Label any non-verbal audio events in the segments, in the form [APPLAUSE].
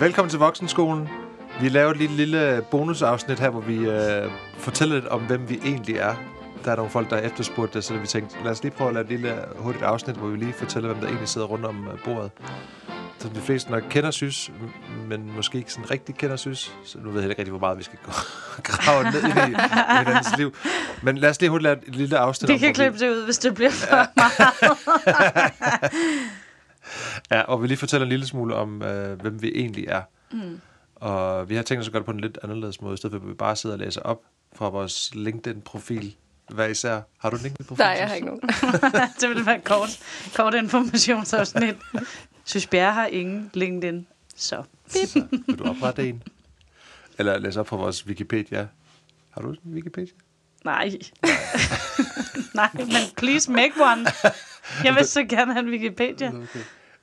Velkommen til Voksenskolen. Vi laver et lille, lille bonusafsnit her, hvor vi øh, fortæller lidt om, hvem vi egentlig er. Der er nogle folk, der har efterspurgt det, så vi tænkte, lad os lige prøve at lave et lille hurtigt afsnit, hvor vi lige fortæller, hvem der egentlig sidder rundt om øh, bordet. Som de fleste nok kender Sys, m- men måske ikke sådan rigtig kender Sys. Så nu ved jeg heller ikke rigtig, hvor meget vi skal gå [LAUGHS] grave ned i hinandens liv. Men lad os lige hurtigt lave et lille afsnit. Vi om, kan hvor vi- klippe det ud, hvis det bliver for meget. Ja, og vi lige fortæller en lille smule om, øh, hvem vi egentlig er. Mm. Og vi har tænkt os at gøre det på en lidt anderledes måde, i stedet for at vi bare sidder og læser op fra vores LinkedIn-profil. Hvad især? Har du en LinkedIn-profil? Nej, jeg har ikke nogen. [LAUGHS] det ville være kort, kort informationsafsnit. Synes Bjerre har ingen LinkedIn, så. nogen. Vil du oprette [LAUGHS] en? Eller læse op fra vores Wikipedia? Har du en Wikipedia? Nej. [LAUGHS] Nej, men please make [LAUGHS] one. Jeg vil så gerne have en Wikipedia. Okay.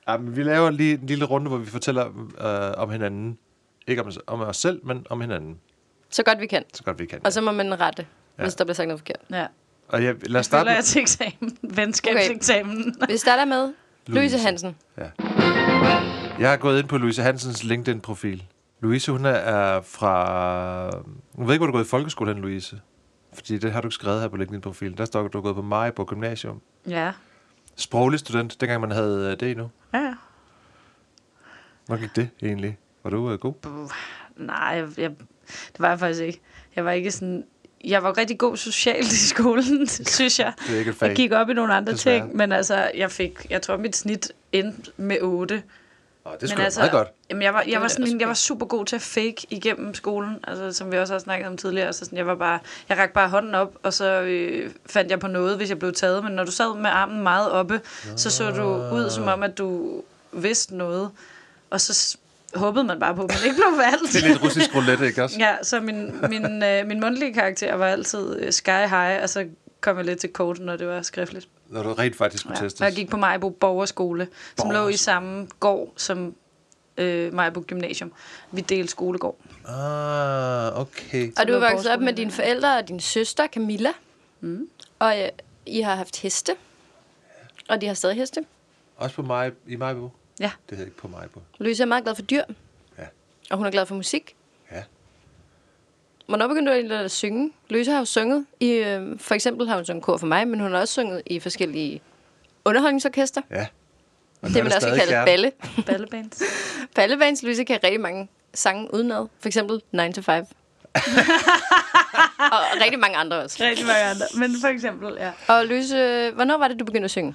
Ja, men vi laver lige en lille runde, hvor vi fortæller øh, om hinanden. Ikke om, om os selv, men om hinanden. Så godt vi kan. Så godt vi kan. Og så må man rette, Ja. ja. hvis der bliver sagt noget forkert. Ja. og jeg, lad os starte Føler med... jeg til eksamen. Venskabseksamen. Vi starter med Louise Hansen. Ja. Jeg har gået ind på Louise Hansens LinkedIn-profil. Louise, hun er fra... Hun ved ikke, hvor du er gået i folkeskole hen, Louise. Fordi det har du ikke skrevet her på LinkedIn-profilen. Der står, at du er gået på Maribo Gymnasium. Ja. Sproglig student, dengang man havde øh, det endnu. Ja. Hvor gik det egentlig? Var du øh, god? Nej, jeg, jeg, det var jeg faktisk ikke. Jeg var ikke sådan... Jeg var rigtig god socialt i skolen, [LAUGHS] synes jeg. Det er ikke et Jeg fag. gik op i nogle andre Desværre. ting, men altså, jeg fik... Jeg tror, mit snit endte med 8. Åh, det Men skulle altså, meget godt. Jamen, jeg var, Det jeg var, var da sådan, også en- jeg var fint. super god til at fake igennem skolen, altså, som vi også har snakket om tidligere. Så sådan, jeg, var bare, jeg rakte bare hånden op, og så øh, fandt jeg på noget, hvis jeg blev taget. Men når du sad med armen meget oppe, så så du ud som om, at du vidste noget. Og så s- håbede man bare på, at man ikke blev valgt. Det er lidt russisk roulette, ikke også? [LAUGHS] Ja, så min, min, øh, min mundtlige karakter var altid øh, sky high, og så kom jeg lidt til kort, når det var skriftligt. Når du rent faktisk skulle Ja. ja. Og jeg testes. gik på Majbo Borgerskole, som lå i Borgerskole. samme gård som øh, Majbo Gymnasium. Vi delte skolegård. Ah, okay. Og du lå er vokset op Borgskolen med dine forældre og din søster Camilla. Mm. Og øh, I har haft heste. Og de har stadig heste. Også på Maj, i Maribo? Ja. [LAUGHS] Det hedder ikke på Maribo. Louise er meget glad for dyr. Ja. Og hun er glad for musik. Ja. Hvornår begyndte du egentlig at synge? Louise har jo sunget. I, øh, for eksempel har hun sunget kor for mig, men hun har også sunget i forskellige underholdningsorkester. Ja. Og gør Det, man også kan stadig kalde gerne. balle. Ballebands. Ballebands Louise kan rigtig mange sange udenad. For eksempel 9 to 5. [LAUGHS] og rigtig mange andre også. Rigtig mange andre. Men for eksempel, ja. Og Louise, øh, hvornår var det, du begyndte at synge?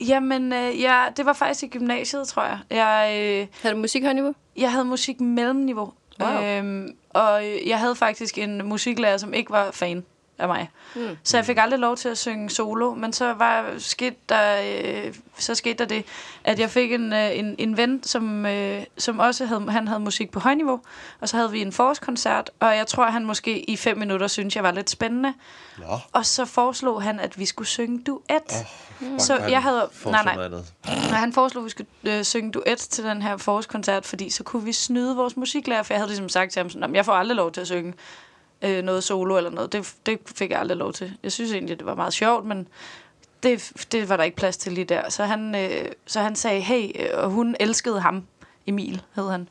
Jamen, øh, ja, det var faktisk i gymnasiet, tror jeg. Jeg, øh, Havde du musikhøjniveau? jeg havde musik mellemniveau. Wow. Øhm, og jeg havde faktisk en musiklærer, som ikke var fan af mig. Mm. Så jeg fik aldrig lov til at synge solo, men så var skete der, øh, så skete der det, at jeg fik en, øh, en, en ven, som, øh, som også havde, han havde musik på højniveau, og så havde vi en forårskoncert, og jeg tror, han måske i fem minutter syntes, jeg var lidt spændende, Nå. og så foreslog han, at vi skulle synge duet. Oh. Fuck, Så hvor er jeg det havde- for nej, sådan nej. noget andet. Og han foreslog, at vi skulle øh, synge duet til den her forårskoncert, fordi så kunne vi snyde vores musiklærer, for jeg havde ligesom sagt til ham, sådan, "Nå, men jeg får aldrig lov til at synge øh, noget solo eller noget. Det, det fik jeg aldrig lov til. Jeg synes egentlig, det var meget sjovt, men det, det var der ikke plads til lige der. Så han, øh, så han sagde, hey, øh, og hun elskede ham. Emil hed han.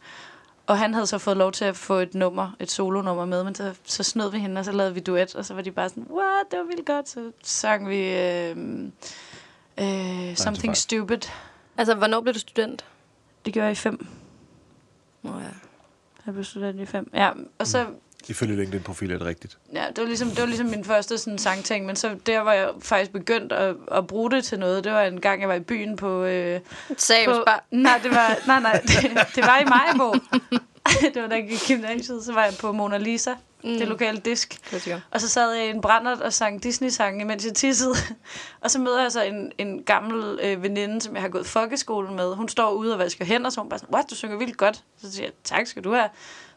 Og han havde så fået lov til at få et nummer, et solonummer med, men så, så snød vi hende, og så lavede vi duet, og så var de bare sådan, what, det var vildt godt. Så sang vi øh, øh, fejl. Something Stupid. Altså, hvornår blev du student? Det gjorde jeg i fem. Nå ja. Jeg blev student i fem. Ja, og så... Ifølge LinkedIn-profil er det rigtigt. Ja, det var ligesom, det var ligesom min første sådan, sangting, men så der var jeg faktisk begyndt at, at bruge det til noget. Det var en gang, jeg var i byen på... Øh, Seriøst på bare. nej, det var, nej, nej, det, det var i Majbo. [LAUGHS] det var da jeg gik i gymnasiet, så var jeg på Mona Lisa, mm. det lokale disk. Klassiker. Og så sad jeg i en brændert og sang Disney-sange, mens jeg tissede. [LAUGHS] og så møder jeg så en, en gammel øh, veninde, som jeg har gået i folkeskolen med. Hun står ude og vasker hænder, så hun bare sådan, what, du synger vildt godt. Så siger jeg, tak skal du have.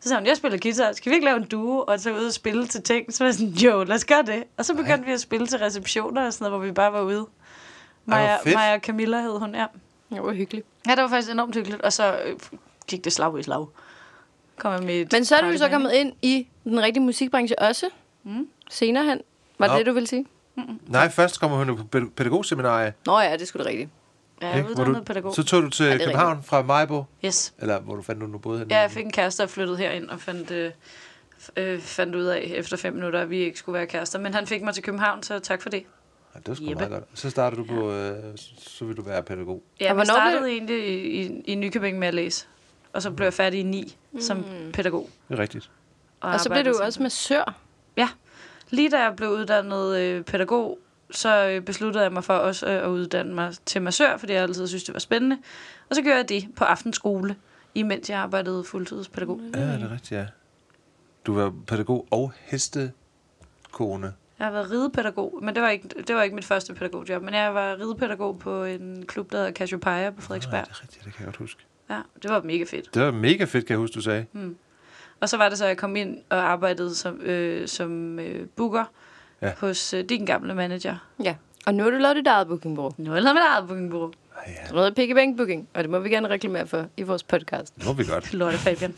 Så sagde hun, jeg spiller guitar, skal vi ikke lave en duo? Og så ud og spille til ting. Så var jeg sådan, jo, lad os gøre det. Og så begyndte vi at spille til receptioner og sådan noget, hvor vi bare var ude. hvor Maja, fedt. Maja Camilla hed hun, ja. Det var hyggeligt. Ja, det var faktisk enormt hyggeligt. Og så øh, gik det slag i slag. Kom jeg med et Men så er du jo så partyband. kommet ind i den rigtige musikbranche også. Mm. Senere hen. Var det Nå. det, du ville sige? Nej, først kommer hun jo på pæ- pædagogseminarie. Nå ja, det skulle da rigtigt. Ja, jeg er Hvor uddannet du, pædagog. Så tog du til det ja, er København fra Majbo, Yes. eller hvor du fandt du nu boede henne. Ja, jeg fik en kæreste og flyttede herind og fandt, øh, f- øh, fandt ud af efter fem minutter, at vi ikke skulle være kærester. Men han fik mig til København, så tak for det. Ja, det var sgu Jeppe. meget godt. Så startede du på, øh, så- så vil du være pædagog. Ja, Og jeg hvornår startede egentlig i, i, i Nykøbing med at læse. Og så blev jeg færdig i 9 mm. som pædagog. Det er rigtigt. Og så blev arbejdede du som- også massør. Ja. Lige da jeg blev uddannet øh, pædagog, så øh, besluttede jeg mig for også øh, at uddanne mig til massør, fordi jeg altid synes det var spændende. Og så gjorde jeg det på aftenskole, imens jeg arbejdede fuldtidspædagog. Ja, Mm. det er rigtigt, ja. Du var pædagog og hestekone. Jeg har været ridepædagog, men det var ikke, det var ikke mit første pædagogjob, men jeg var ridepædagog på en klub, der hedder Cassiopeia på Ja, Frederiksberg. det er rigtigt, det kan jeg godt huske. Ja, det var mega fedt. Det var mega fedt, kan jeg huske, du sagde. Mm. Og så var det så, at jeg kom ind og arbejdede som, øh, som øh, booker Ja. ja. hos øh, din gamle manager. Ja. Og nu har du lavet dit eget bookingbureau. Nu er jeg lavet mit eget bookingbureau. Ej, ja. Du hedder Piggy Bank Booking, og det må vi gerne reklamere for i vores podcast. Det må vi godt. Lotte Fabian.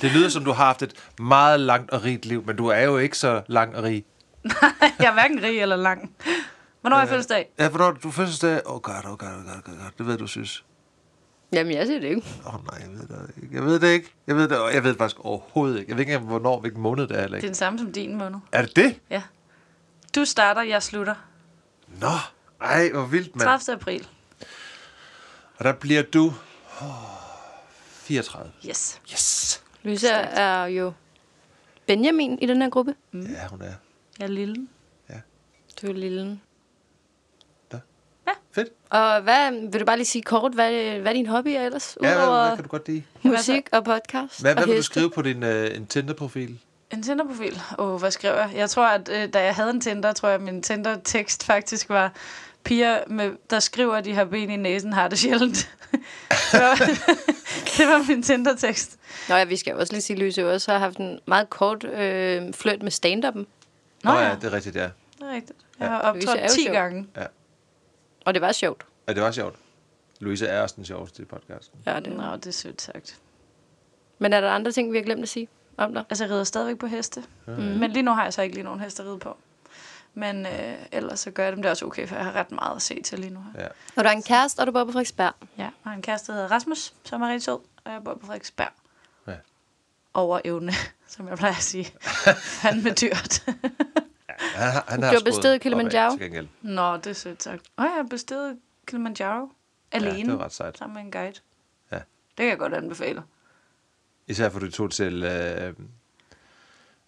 Det lyder som, du har haft et meget langt og rigt liv, men du er jo ikke så lang og rig. jeg er hverken rig eller lang. Hvornår har jeg fødselsdag? Ja, hvornår er det, du fødselsdag? Åh, oh god, åh oh god, åh oh god, oh god, det ved jeg, du synes. Jamen, jeg siger det ikke. Åh oh, nej, jeg ved det ikke. Jeg ved det ikke. Jeg ved det, jeg ved det faktisk overhovedet ikke. Jeg ved ikke engang, hvornår, hvilken måned det er. Eller Det er ikke. den samme som din måned. Er det det? Ja. Du starter, jeg slutter. Nå, ej, hvor vildt, mand. 30. april. Og der bliver du oh, 34. Yes. Yes! Louise er jo Benjamin i den her gruppe. Mm. Ja, hun er. Jeg er lille. Du er lille. Fedt. Og hvad, vil du bare lige sige kort, hvad, hvad er din hobby er ellers? Ja, Udover hvad, hvad ja, kan du godt lide? musik og podcast Hvad, hvad og vil du heste? skrive på din øh, en Tinder-profil? En Tinder-profil? Åh, oh, hvad skrev jeg? Jeg tror, at øh, da jeg havde en Tinder, tror jeg, at min Tinder-tekst faktisk var piger, med, der skriver, at de har ben i næsen, har det sjældent. [LAUGHS] det, var, [LAUGHS] det var min Tinder-tekst. Nå ja, vi skal jo også lige sige, at Louise også har haft en meget kort øh, flirt med stand-up'en. Nå ja. det er rigtigt, ja. Det er rigtigt. Jeg har optrådt Louise er jo 10 sjov. gange. Og det var sjovt. Ja, det var sjovt. Louise er også den sjoveste i podcasten. Ja, det Nå, det er sødt sagt. Men er der andre ting, vi har glemt at sige om dig? Altså, jeg rider stadigvæk på heste. Mhm. Mm. Men lige nu har jeg så ikke lige nogen heste at ride på. Men øh, ellers så gør jeg dem det også okay, for jeg har ret meget at se til lige nu her. Ja. Og du har en kæreste, og du bor på Frederiksberg. Ja, jeg har en kæreste, der hedder Rasmus, som er rigtig sød, og jeg bor på Frederiksberg. Ja. Over evne, [LAUGHS] som jeg plejer at [LAUGHS] sige. Han med dyrt. [LAUGHS] Han, har- han Du har har skruet besteget opad Kilimanjaro. Til gengæld. Nå, det er sødt sagt. Og jeg har bestedet Kilimanjaro alene, det var ret sejt. sammen med en guide. Ja. Det kan jeg godt anbefale. Især fordi du tog til... Øh,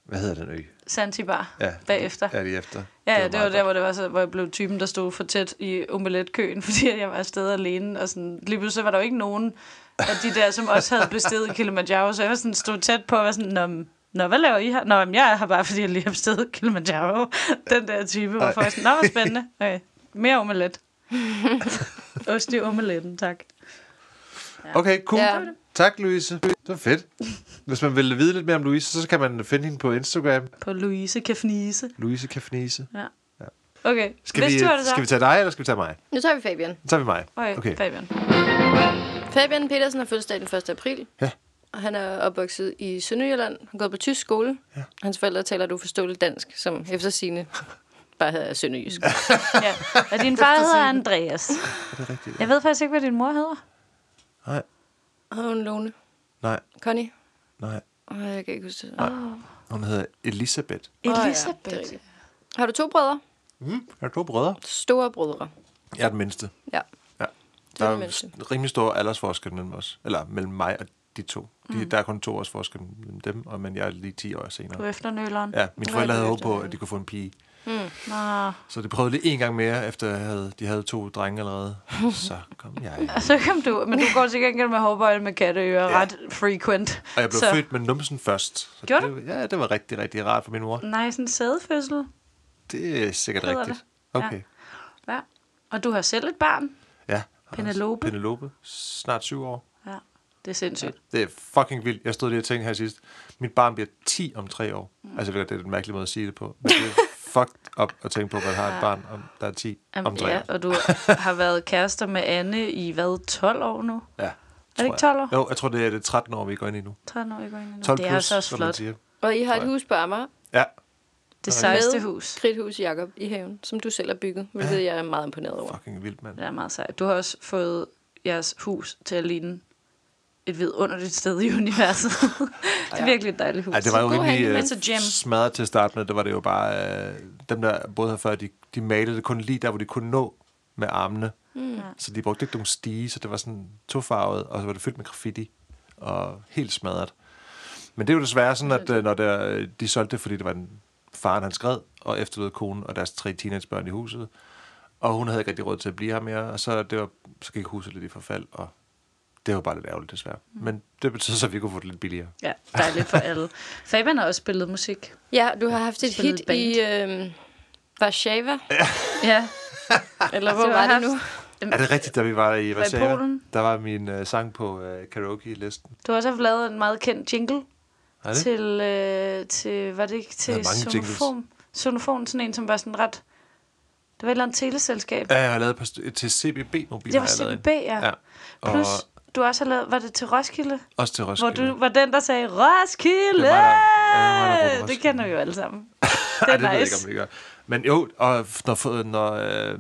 hvad hedder den ø? Zanzibar Ja. bagefter. Ja, lige efter. Ja, ja, det var meget der, hvor, det var så, hvor jeg blev typen, der stod for tæt i omeletkøen, [LAUGHS] fordi at jeg var afsted alene. Og sådan, lige pludselig var der jo ikke nogen af de der, som også havde bestedet Kilimanjaro, så jeg var sådan, stod tæt på og var sådan, Nå, men- Nå, hvad laver I her? Nå, men jeg er her bare, fordi jeg lige har bestedet Kilimanjaro. [LAUGHS] Den der type, hvor folk var sådan, Nå, hvor spændende. Okay. Mere [LAUGHS] omelet. Ost i omeletten, tak. godt. Okay, cool. Ja. Ja. Tak, Louise. Det var fedt. Hvis man vil vide lidt mere om Louise, så kan man finde hende på Instagram. På Louise Kafnise. Louise Kafnise. Ja. Okay, Skal, hvis vi, du har det så. skal vi tage dig, eller skal vi tage mig? Nu tager vi Fabian. Så tager vi mig. Okay, okay. Fabian. Fabian Petersen har fødselsdag den 1. april. Ja. Og han er opvokset i Sønderjylland. Han har gået på tysk skole. Ja. Hans forældre taler et uforståeligt dansk, som efter sine bare hedder sønderjysk. [LAUGHS] Ja. Og din far hedder Andreas. Er det rigtigt? Jeg ved faktisk ikke, hvad din mor hedder. Nej, Og hun Lone. nej, Connie. nej. Og jeg kan ikke huske det. Oh, Hun hedder Elisabeth. Elisabeth. rigtigt. har du to brødre? Mm. Jeg har to brødre. Store brødre. Jeg er den mindste. Ja. Ja. Du Der er er jo den mindste. st- rimelig stor aldersforskel mellem os. Eller mellem mig og de to. De, mm. Der er kun to års forskel mellem dem, og, men jeg er lige 10 år senere. Du er efternøleren. Ja, mine forældre havde håbet på, at de kunne få en pige. Nå. Så de prøvede det en gang mere, efter jeg havde, de havde to drenge allerede. Så kom jeg. [LAUGHS] Og så kom du, men du går til gengæld med hårbøjle med katteører Ja. ja. ret frequent. Og jeg blev så. så. født med numsen først. Så Gjorde det, Ja, det var rigtig, rigtig rart for min mor. Nej, sådan en sædefødsel. Det er sikkert Hedder rigtigt. det? Okay. Ja. Og du har selv et barn. Ja. Penelope. Penelope. Snart syv år. Ja. Det er sindssygt. Det er fucking vildt. Jeg stod lige og tænkte her sidst. Mit barn bliver 10 om 3 år. Mm. Altså, jeg ved godt, det er den mærkelige måde at sige det på. Men det er [LAUGHS] fucked up at tænke på, at man har et barn, om, der er 10 Jamen, om 3 ja, år. [LAUGHS] og du har været kærester med Anne i hvad, 12 år nu? Ja. Er det ikke 12 år? Jo, jeg tror, det er det 13 år, vi går ind i nu. 13 år, jeg går ind i nu. 12 det er plus, altså også som man flot. siger. Og I har Tror et jeg. hus på Amager. Ja, Det Med- sejeste hus. Kridthus Jakob i haven, som du selv har bygget, hvilket jeg er meget imponeret over. Fucking vildt, mand. Det er meget sejt. Du har også fået jeres hus til at ligne et vidunderligt sted [LAUGHS] i universet. det er virkelig et dejligt hus. Ej, det var jo God rimelig handling, øh, men så gem. smadret til at starte med. Det var det jo bare... Øh, dem, der både havde før, de, de malede det kun lige der, hvor de kunne nå med armene. Mm. Så de brugte ikke nogen stige, så det var sådan tofarvet, og så var det fyldt med graffiti. Og helt smadret. Men det er jo desværre sådan, at øh, når der, de solgte det, fordi det var en faren, han skred, og efterlod konen og deres tre teenagebørn i huset. Og hun havde ikke rigtig råd til at blive her mere, og så, det var, så gik huset lidt i forfald, og det var bare lidt ærgerligt desværre. Men det betød så, at vi kunne få det lidt billigere. Ja, dejligt for [LAUGHS] alle. Fabian har også spillet musik. Ja, du har haft et Spillet hit i øh, Warszawa, Ja, eller hvor Det var var det haft. nu? Er det rigtigt, da vi var i Warszawa? Polen? Der var min øh, sang på øh, karaoke-listen. du har også haft lavet en meget kendt jingle Er det? til, øh, til, var det ikke Jeg til har mange jingles. Sonofon? Sonofon, sådan en, som var sådan ret... Det var et eller andet teleselskab. Ja, jeg har lavet på, til CBB-mobilen. det var CBB, ja. Ja, ja. og Plus, du også har lavet, var det til Roskilde? også til Hvor Roskilde. du var den, der sagde, Roskilde! Det var der- ja, det var der på Roskilde. det kender vi jo alle sammen. Ej, Det det ved er jeg ikke, om nice. det gør. Men jo, og f- når, f- når øh,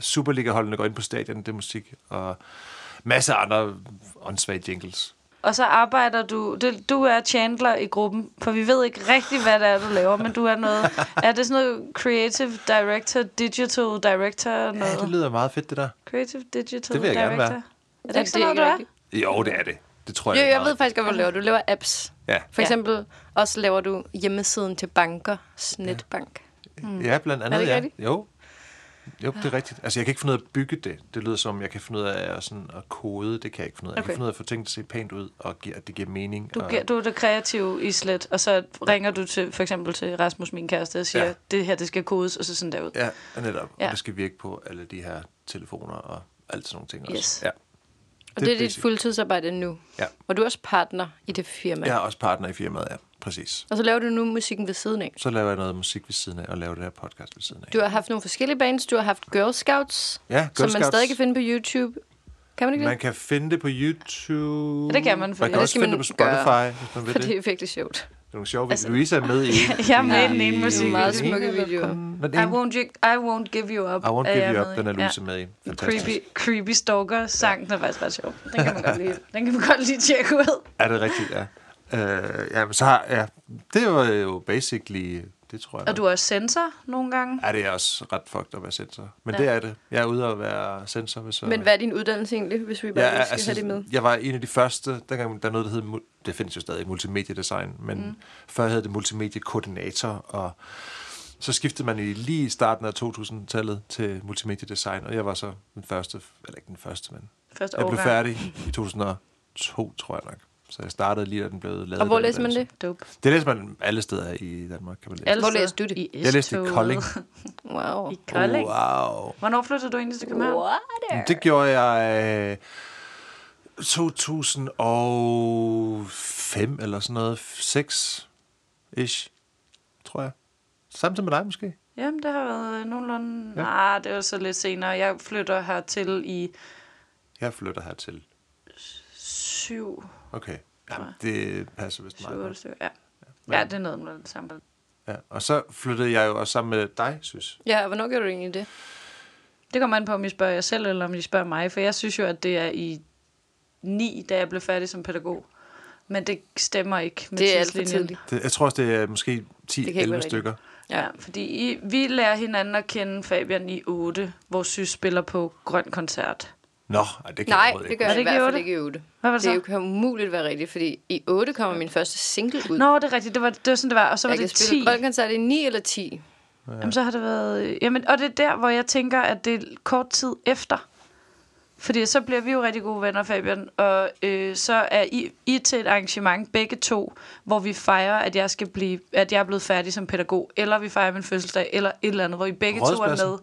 Superliga-holdene går ind på stadion, det er musik, og masser af andre åndssvage jingles. Og så arbejder du, det, du er Chandler i gruppen, for vi ved ikke rigtig, hvad det er, du laver, men du er noget, er det sådan noget creative director, digital director, Ja, det noget? lyder meget fedt, det der. Creative digital Det vil jeg gerne director? være. Er det Ja, ikke sådan det noget, er du er? ikke Jo, det er det. Det tror Jo, jeg jeg meget. ved faktisk godt, hvad du laver. Du laver apps. Ja. For Ja. eksempel, også laver du hjemmesiden til bankers netbank. Ja, blandt andet, Er det ikke ja. rigtigt? Jo. Jo, det er rigtigt. Altså, jeg kan ikke finde ud af at bygge det. Det lyder som, jeg kan finde ud af at, sådan, at kode. Det kan jeg ikke finde ud af. Okay. Jeg kan Okay. finde ud af at få ting til at se pænt ud, og gi- at det giver mening. Du, og... gi- du er det kreative i slet, og så ringer du til, for eksempel til Rasmus, min kæreste, og siger, Ja. ja. det her, det skal kodes, og så sådan derud. Ja, og netop. Ja. Ja. Og det skal virke på alle de her telefoner og alt sådan nogle ting Yes. også. Ja. Og det, det er dit basic. fuldtidsarbejde nu. Ja. Og du er også partner i det firma. Jeg er også partner i firmaet, ja. Præcis. Og så laver du nu musikken ved siden af. Så laver jeg noget musik ved siden af, og laver det her podcast ved siden af. Du har haft nogle forskellige bands. Du har haft Girl Scouts, Ja, Girl som man Scouts. stadig kan finde på YouTube. Kan man ikke Man det? kan finde det på YouTube. Ja, det kan man, Man fordi- kan Ja, det også skal finde det på man Spotify, gøre. hvis man vil [LAUGHS] For det. det er virkelig sjovt. Det er nogle sjove altså, Louise er med i... jeg er med i den ene musik. Meget smukke videoer. Den I ene- won't, gi- I won't give you up. I won't er give you jeg med up, i. den er Louise Ja. med i. Fantastisk. Creepy, creepy Stalker sang, den er faktisk ret sjov. Den kan man godt lige, den kan man godt lige tjekke ud. Er det rigtigt, ja. Øh, ja, men så har, ja, det var jo basically, det tror jeg. Og du er også sensor nogle gange. er det er også ret fucked at være sensor. Men ja. Ja. det er det. Jeg er ude at være sensor. Hvis jeg, Men hvad er din uddannelse egentlig, hvis vi bare jeg, ja, skal altså, have det med? jeg var en af de første, dengang der er noget, der hed, mul- det findes jo stadig, multimediedesign, men mm. før hed det multimediekoordinator, og så skiftede man i lige i starten af 2000-tallet til multimediedesign, og jeg var så den første, eller ikke den første, men Første jeg blev årgang. færdig i 2002, tror jeg nok. Så jeg startede lige, da den blev lavet. Og hvor den læser man uddannelse. det? Dope. Altså, Det læser man alle steder i Danmark, kan man læse. Alle Hvor steder. læste du det? I Jeg læste i S-toget. Kolding. Wow. I Kolding? Wow. Hvornår flyttede du egentlig til København? Water. Det gjorde jeg øh, 2005 eller sådan noget. 6 ish, tror jeg. Samtidig med dig måske. Jamen, det har været nogenlunde... Ja. Ja. Nej, det var så lidt senere. Jeg flytter hertil i Jeg flytter hertil. 7... Okay. Jamen, det passer vist meget godt. 7 ja. ja, det er noget med det samme. Ja. Og så flyttede jeg jo også sammen med dig, synes Ja, hvornår gjorde du egentlig det? Det kommer an på, om I spørger jer selv, eller om I spørger mig, for jeg synes jo, at det er i 9, da jeg blev færdig som pædagog. Men det stemmer ikke med Det er alt for tidslinjen. tidligt. det, Jeg tror også, det er måske Det kan ikke være 10-11 rigtigt. stykker. Ja, fordi I, vi lærer hinanden at kende Fabian i 8, hvor Sys spiller på Grøn Koncert. Nå, ej, det kan Nej, jeg overhovedet det ikke. gør jeg det i ikke hvert i fald otte? ikke i 8. Hvad var det Det er jo så? kan umuligt at være rigtigt, fordi i 8 kommer min første single ud. Nå, det er rigtigt. Det var, det var sådan, det var. Og så var jeg kan det 10. spille et grønkoncert i 9 eller 10. Jamen, så har det været... øh, Jamen, og det er der, hvor jeg tænker, at det er kort tid efter. Fordi så bliver vi jo rigtig gode venner, Fabian. Og øh, så er I, I til et arrangement, begge to, hvor vi fejrer, at jeg, skal blive, at jeg er blevet færdig som pædagog. Eller vi fejrer min fødselsdag, eller et eller andet, hvor I begge to er Rådspladsen? med.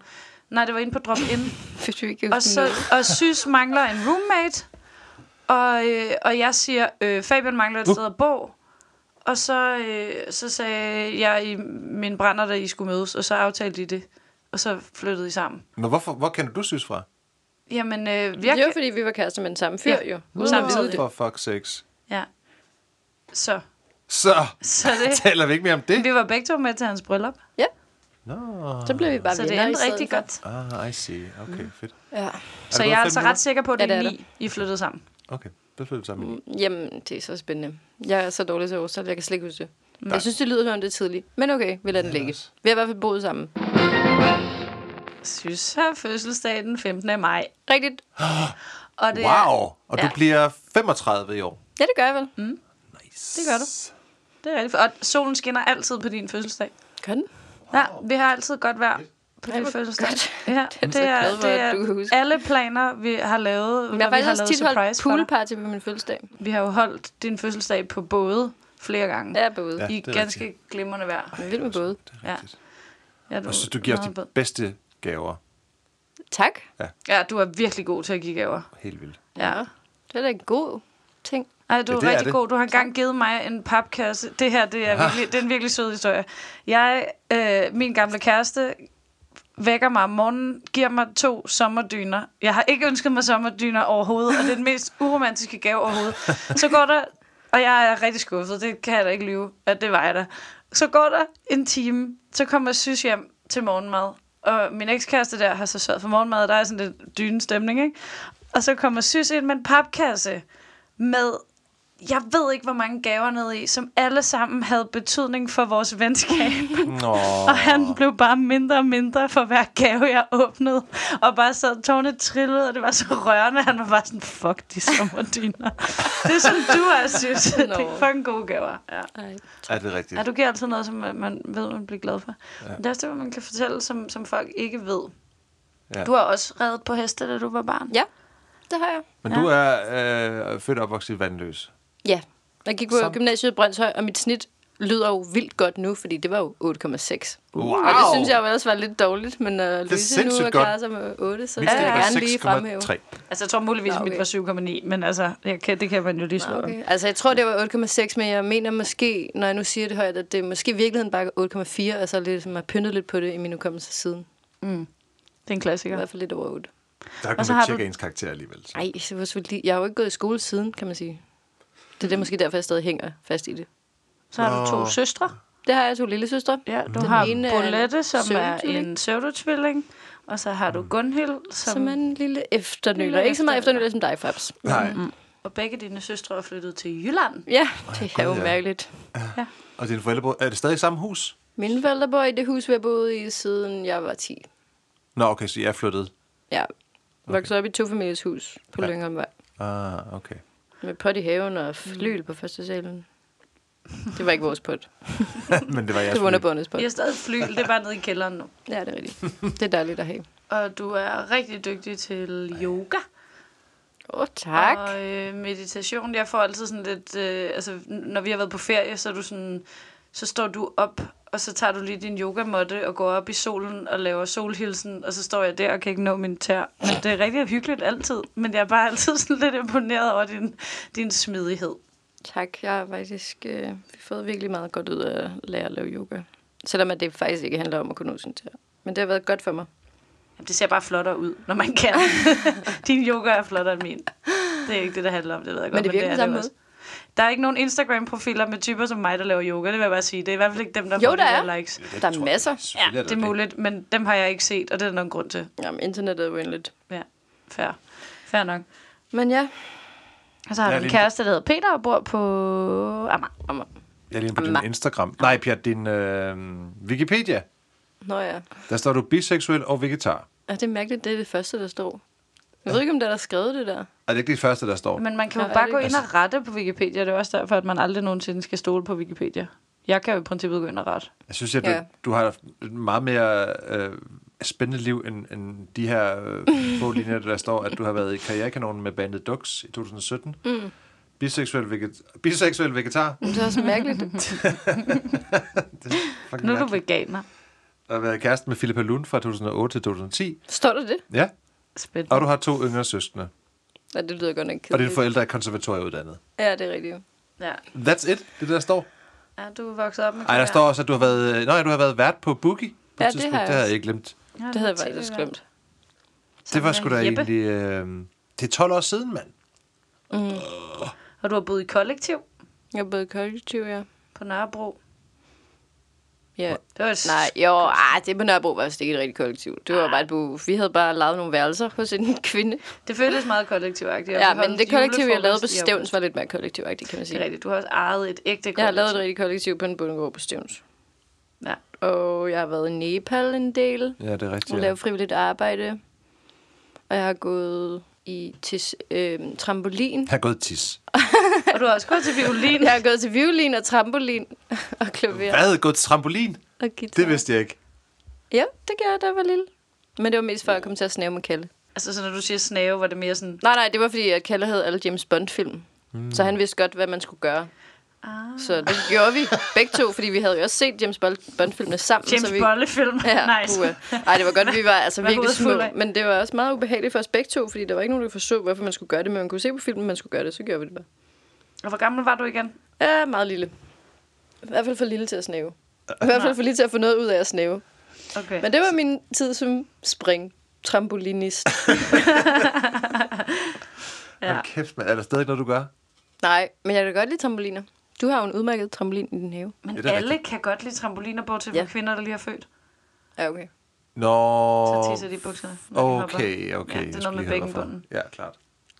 Nej, det var inde på Drop-In. Hvis du ikke kan Og, så, og Sys mangler en roommate. Og, øh, og jeg siger, øh, Fabian mangler et sted at bo. Og så, øh, så sagde jeg i min brænder, da I skulle mødes, og så aftalte I det. Og så flyttede I sammen. Men hvorfor, hvor kender du synes fra? Jamen, øh, Jeg det jeg var fordi, vi var kærester med den samme fyr, Ja. jo. Nå. Uden at vide det. For fuck sakes. Ja. Så. Så Så det, [LAUGHS] taler vi ikke mere om det. vi var begge to med til hans bryllup, Ja, Nå. så Mm. blev vi bare så det venner i endte stedet rigtig for. godt. Ah, I see. Okay, fedt. Ja. Så gået jeg er fem altså minutter? ret sikker på, at Ja, det er det er ni, I flyttede sammen. Okay, det flytter vi sammen. Mm. Jamen, det er så spændende. Jeg er så dårlig til årstal, jeg kan slet ikke huske det. Jeg synes, det lyder som om det er tidligt. Men okay, vi lader den ligge. også. Vi har i hvert fald boet sammen. Synes har fødselsdag den 15. maj. Rigtigt. Og det er, Wow! Og ja. ja. du bliver 35 i år. Ja, det gør jeg vel. Mm. Nice. Det gør du. det er rigtigt. Og solen skinner altid på din fødselsdag. Gør den? Ja, vi har altid godt vejr på Ej, din hvor [LAUGHS] fødselsdag. godt. Ja, så det er, glad for, det at du kan er huske. alle planer, vi har lavet, Men jeg når har vi faktisk har lavet også tit holdt surprise for dig. poolparty på min fødselsdag. Vi har jo holdt din fødselsdag på både flere gange. Jeg er både. Ja, Ja. I det er ganske glimrende vejr. Jeg er vild med både. Det er Ja. rigtigt. Ja, du, Og så du giver os meget de bedre. bedste gaver. Tak. Ja, du er virkelig god til at give gaver. Helt [LAUGHS] vildt. Ja. Det er da en god ting. Ej, du Ja, er det er rigtig det. god. Du har engang givet mig en papkasse. Det her, det er, virkelig, det er en virkelig sød historie. Jeg, øh, min gamle kæreste, vækker mig om morgenen, giver mig to sommerdyner. Jeg har ikke ønsket mig sommerdyner overhovedet, og det er den mest uromantiske gave overhovedet. Så går der, og jeg er rigtig skuffet, det kan jeg da ikke lyve, at det var jeg da. Så går der en time, så kommer Sys hjem til morgenmad, og min ekskæreste der har så sørget for morgenmad, og der er sådan lidt dyne stemning, ikke? Og så kommer Sys ind med en papkasse med jeg ved ikke, hvor mange gaver nede i, som alle sammen havde betydning for vores venskab. Nå. Og han blev bare mindre og mindre for hver gave, jeg åbnede. Og bare sad, tårne trillede, og det var så rørende. Han var bare sådan, fuck de sommerdyner. det er sådan, du er, synes. No. Nå. Det er fucking gode gaver. Ja. Ej. Er det rigtigt? ja, du giver altid noget, som man ved, man bliver glad for. Ja. Det er også det, man kan fortælle, som, som folk ikke ved. Ja. Ja. Du har også reddet på heste, da du var barn. Ja, det har jeg. Men du er øh, født og opvokset i Vandløs. Ja. Jeg gik på Så- gymnasiet i Brøndshøj, og mit snit lyder jo vildt godt nu, fordi det var jo 8,6. Wow! Og det synes jeg jo ellers var lidt dårligt, men uh, Louise nu sindssygt har godt. klaret sig med 8, øh, så det Mit vil snit jeg var gerne lige fremhæve. 6,3. Altså, jeg tror muligvis, Nå, okay. okay. mit var 7,9, men altså, jeg kan, det kan man jo lige slå. Okay. Okay. Altså, jeg tror, det var 8,6, men jeg mener måske, når jeg nu siger det højt, at det måske i virkeligheden bare er 8,4, og så lidt, som har pyntet lidt på det i min hukommelse siden. Det er en I klassiker. hvert fald lidt over 8. Der Og kan så man har ikke tjekke du- Mm, ens karakter alligevel. Så. Ej, så var så lige... jeg har jo ikke gået i skole siden, kan man sige. Det er det måske derfor, jeg stadig hænger fast i det. Så har du to søstre. Det har jeg to lille søstre. Ja, du Den har ene er Bolette, som er pseudotvilling. en pseudotvilling, og så har Mm. du Gunhild, som, Som er en lille efternøler. Lille ikke så meget efternøler. efternøler som dig, Fabs. Nej. Mm. og begge dine søstre er flyttet til Jylland. Ja, det er jo gud, ja. mærkeligt. Og dine forældre bor... Er det stadig i samme hus? Mine forældre bor i det hus, vi har boet i, siden jeg var 10. Nå, okay, så jeg er flyttet. Ja, voksede op i to families hus på Ja. ja. Lyngholmvej. Ah, okay. [LAUGHS] Med pot i haven og fløjl på første salen. Det var ikke vores [LAUGHS] pot. Men det var jeres Det var underbundet pot. Jeg er stadig flyl, det er bare nede i kælderen nu. Ja, det er rigtigt. Det er dejligt at have. Og du er rigtig dygtig til yoga Åh, oh, tak. og øh, meditation. Jeg får altid sådan lidt, øh, altså n- når vi har været på ferie, så er du sådan, så står du op, og så tager du lige din yogamåtte og går op i solen og laver solhilsen, og så står jeg der og kan ikke nå min tær. Men det er rigtig hyggeligt altid, men jeg er bare altid sådan lidt imponeret over din, din smidighed. Tak. Jeg har faktisk øh, fået virkelig meget godt ud af at lære at lave yoga. Selvom at det faktisk ikke handler om at kunne nå sin tæer. Men det har været godt for mig. Jamen, det ser bare flottere ud, når man [LAUGHS] kan. Din yoga er flottere end min. Det er ikke det, der handler om, det ved jeg godt. Men det virker er på samme også. Der er ikke nogen Instagram-profiler med typer som mig, der laver yoga. Det vil jeg bare sige. Det er i hvert fald ikke dem, der Jo, får de der er. likes. Der er masser. Ja, det er muligt, men dem har jeg ikke set, og det er der nogen grund til. Jamen, internettet er uendeligt. Ja, fair. Fair nok. Men ja, Og så har Ja, vi en lige- kæreste, der hedder Peter og bor på Amager. Amager. Jeg er lige inde på din Instagram. Nej, Pjat, din øh, Wikipedia. Nå ja. Der står du biseksuel og vegetar. Er det er mærkeligt, det er det første, der står? Jeg ved ikke, om der er der skrevet det der. Er det ikke det første, der står? Men man kan jo Ja, er bare det gå ikke- ind og rette på Wikipedia. Det er jo også derfor, at man aldrig nogensinde skal stole på Wikipedia. Jeg kan jo i princippet gå ind og rette. Jeg synes, at du, ja. Ja. du har haft et meget mere øh, spændende liv, end, end de her øh, få linjer, der står, at du har været i karrierekanonen med bandet Dux i 2017. Mm. Biseksuel, veget- biseksuel vegetar. Men det er også [LAUGHS] mærkeligt. Fucking Nu er du mærkeligt. veganer. Du har været kæresten med Philippa Lund fra 2008 til 2010. Står der det? Ja, Spændende. og du har to yngre søskende. Ja, det lyder godt Og nok dine kedeligt. forældre er konservatorieuddannet. Ja, det er rigtigt. Ja. That's it, det er det, der står. Ja, du er vokset op med Ej, der klaver. står også, at du har været, nej, du har været vært på Boogie. På Ja, et det tidspunkt. har jeg det havde jeg også. ikke glemt. Ja, Det havde jeg var faktisk tv-vært. glemt. Det Sammen var med sgu da Jeppe. egentlig... Øh, det er 12 år siden, mand. Og du har boet i kollektiv. Jeg er både kollektiv, ja. på Nørrebro. Ja. Det var et Nej, jo, ah, det på Nørrebro var vist ikke et rigtigt kollektiv. Det var bare et bu. Vi havde bare lavet nogle værelser hos en [LAUGHS] kvinde. Det føltes meget kollektivagtigt. og Ja, vi holdt men det kollektiv, jeg lavede på julefrokost i Stævns, august. var lidt mere kollektivagtigt, kan man Det sige. er rigtigt. Du har også ejet et ægte kollektiv. Jeg har lavet et rigtigt kollektiv på en bundegård på Stævns. Ja. Og jeg har været i Nepal en del Ja, det er og rigtigt. ja. Ja. lavet frivilligt arbejde. Og jeg har gået i til øh, [LAUGHS] trampolin. Jeg har gået tis. [LAUGHS] Og du har også gået til violin. Jeg har gået til violin og trampolin [LAUGHS] og klaver Hvad? Gået til trampolin? og guitar. Det vidste jeg ikke. Ja, det gjorde jeg, da jeg var lille. Men det var mest for at komme til at snæve med Kalle. altså, så når du siger snave, var det mere sådan... Nej, nej, det var fordi, at Kalle havde alle James Bond-film. Mm. Så han vidste godt, hvad man skulle gøre. Ah. Så det gjorde vi begge to, fordi vi havde jo også set James Bond- Bond-filmene sammen. James så vi... Bolle-film. Ja, [LAUGHS] nice. puha. Ej, det var godt, vi var altså Hvad var virkelig hovedet fuld små. af? Men det var også meget ubehageligt for os begge to, fordi der var ikke nogen, der forstod, hvorfor man skulle gøre det. Men man kunne se på filmen, man skulle gøre det, så gjorde vi det bare. Og hvor gammel var du igen? Ja, meget lille. I hvert fald for lille til at snæve. I hvert fald for lille til at få noget ud af at snæve. Okay. Men det var min tid som spring trampolinist. Ja. ja. Hold kæft, man. Er der stadig noget, du gør? Nej, men jeg kan godt lide trampoliner. Du har jo en udmærket trampolin i din have. Men Ja, det er alle kan godt lide trampoliner, bortset fra Ja. kvinder, der lige har født. Ja, okay. Nå. Så tisser de i bukserne. når de hopper. Okay, okay. Ja, jeg det er skal noget med lige høre dig for. bækkenbunden. Ja, klart.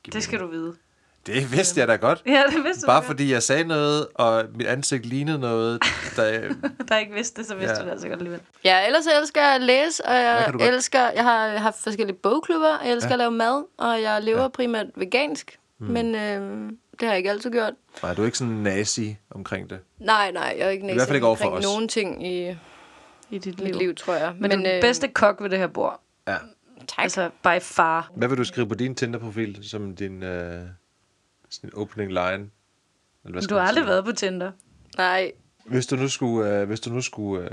Giv Det mig skal du vide. [LAUGHS] Det vidste jeg da godt. Ja, [LAUGHS] det vidste Bare du godt. fordi jeg sagde noget, og mit ansigt lignede noget, [LAUGHS] der... Der ikke vidste det, så vidste Ja. ja. du det altså godt alligevel. Ja, ellers elsker jeg at læse, og Hvad jeg kan du godt? elsker... Jeg har haft forskellige bogklubber, og jeg elsker ja. at lave mad, og jeg lever ja. primært vegansk. Mm. Men øh, det har jeg ikke altid gjort. Nej, du er ikke sådan nazi omkring det. Nej, nej, jeg er ikke i hvert fald ikke over for omkring os. nogen ting i I dit mit liv, tror jeg. Men, men den øh... bedste kok ved det her bord. Ja. Tak. Altså, Altså, by far. Hvad vil du skrive på din Tinder-profil som din, øh, sådan en opening line? Eller hvad skal Du man har aldrig sige? været på Tinder. nej, Hvis du nu skulle, øh, hvis du nu skulle øh,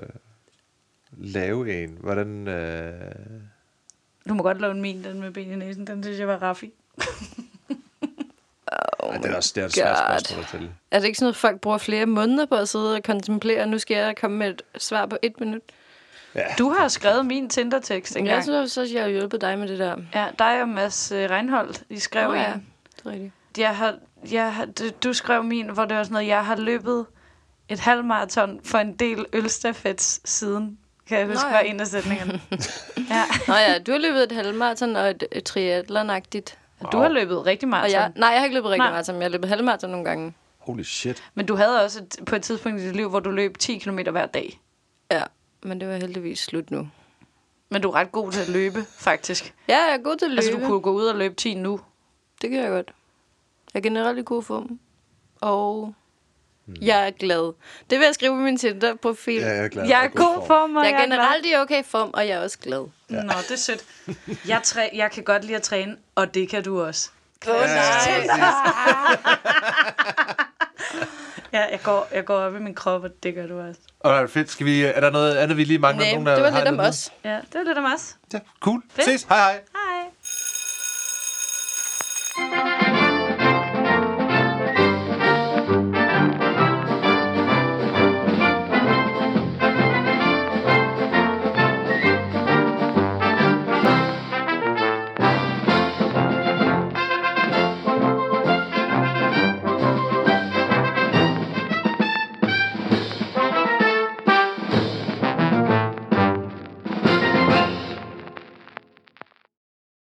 lave en, hvordan... Øh, Du må godt låne min, den med ben i næsen. Den synes jeg var raffi. oh det er også det er et svært God. spørgsmål at stille. er det ikke sådan noget, folk bruger flere måneder på at sidde og kontemplere? Nu skal jeg komme med et svar på et minut. Du har skrevet min Tinder-tekst Men jeg engang. synes også, at jeg har hjulpet dig med det der. Ja, dig og Mads øh, Reinholdt, I skrev Nå oh, ja, en. det er rigtigt. Jeg har, jeg har, du- du skrev min, hvor det var sådan noget, jeg har løbet et halvmarathon for en del ølstafets siden. Kan jeg huske, Nå, Nå ja. ja. var en af [LAUGHS] sætningerne. ja. Nå ja, du har løbet et halvmarathon og et, et triathlon-agtigt. Og Du har løbet rigtig Og meget. jeg, nej, jeg har ikke løbet rigtig Nej. maraton, men jeg har løbet halvmaraton nogle gange. Holy shit. Men du havde også et, på et tidspunkt i dit liv, hvor du løb 10 km hver dag. Ja, men det var heldigvis slut nu. Men du er ret god til at løbe, faktisk. Ja, jeg er god til at løbe. Altså, du kunne gå ud og løbe 10 nu. Det kan jeg godt. Jeg er generelt i god form. Og mm. jeg er glad. Det vil jeg skrive på min Tinder-profil. Ja, jeg er glad. Jeg er for at gå god for. form, og Jeg jeg er generelt i okay form, og jeg er også glad. Åh Ja. Nå, det er sødt. Jeg, træ, jeg kan godt lide at træne, og det kan du også. oh, Ja, jeg går, jeg går op i min krop, og det gør du også. Alright, fedt. Skal vi, er der noget andet, vi lige mangler? Nej, Nogen, der det var har lidt om noget? os. Ja, det var lidt om os. Ja, cool. Fedt. Ses. Hej hej.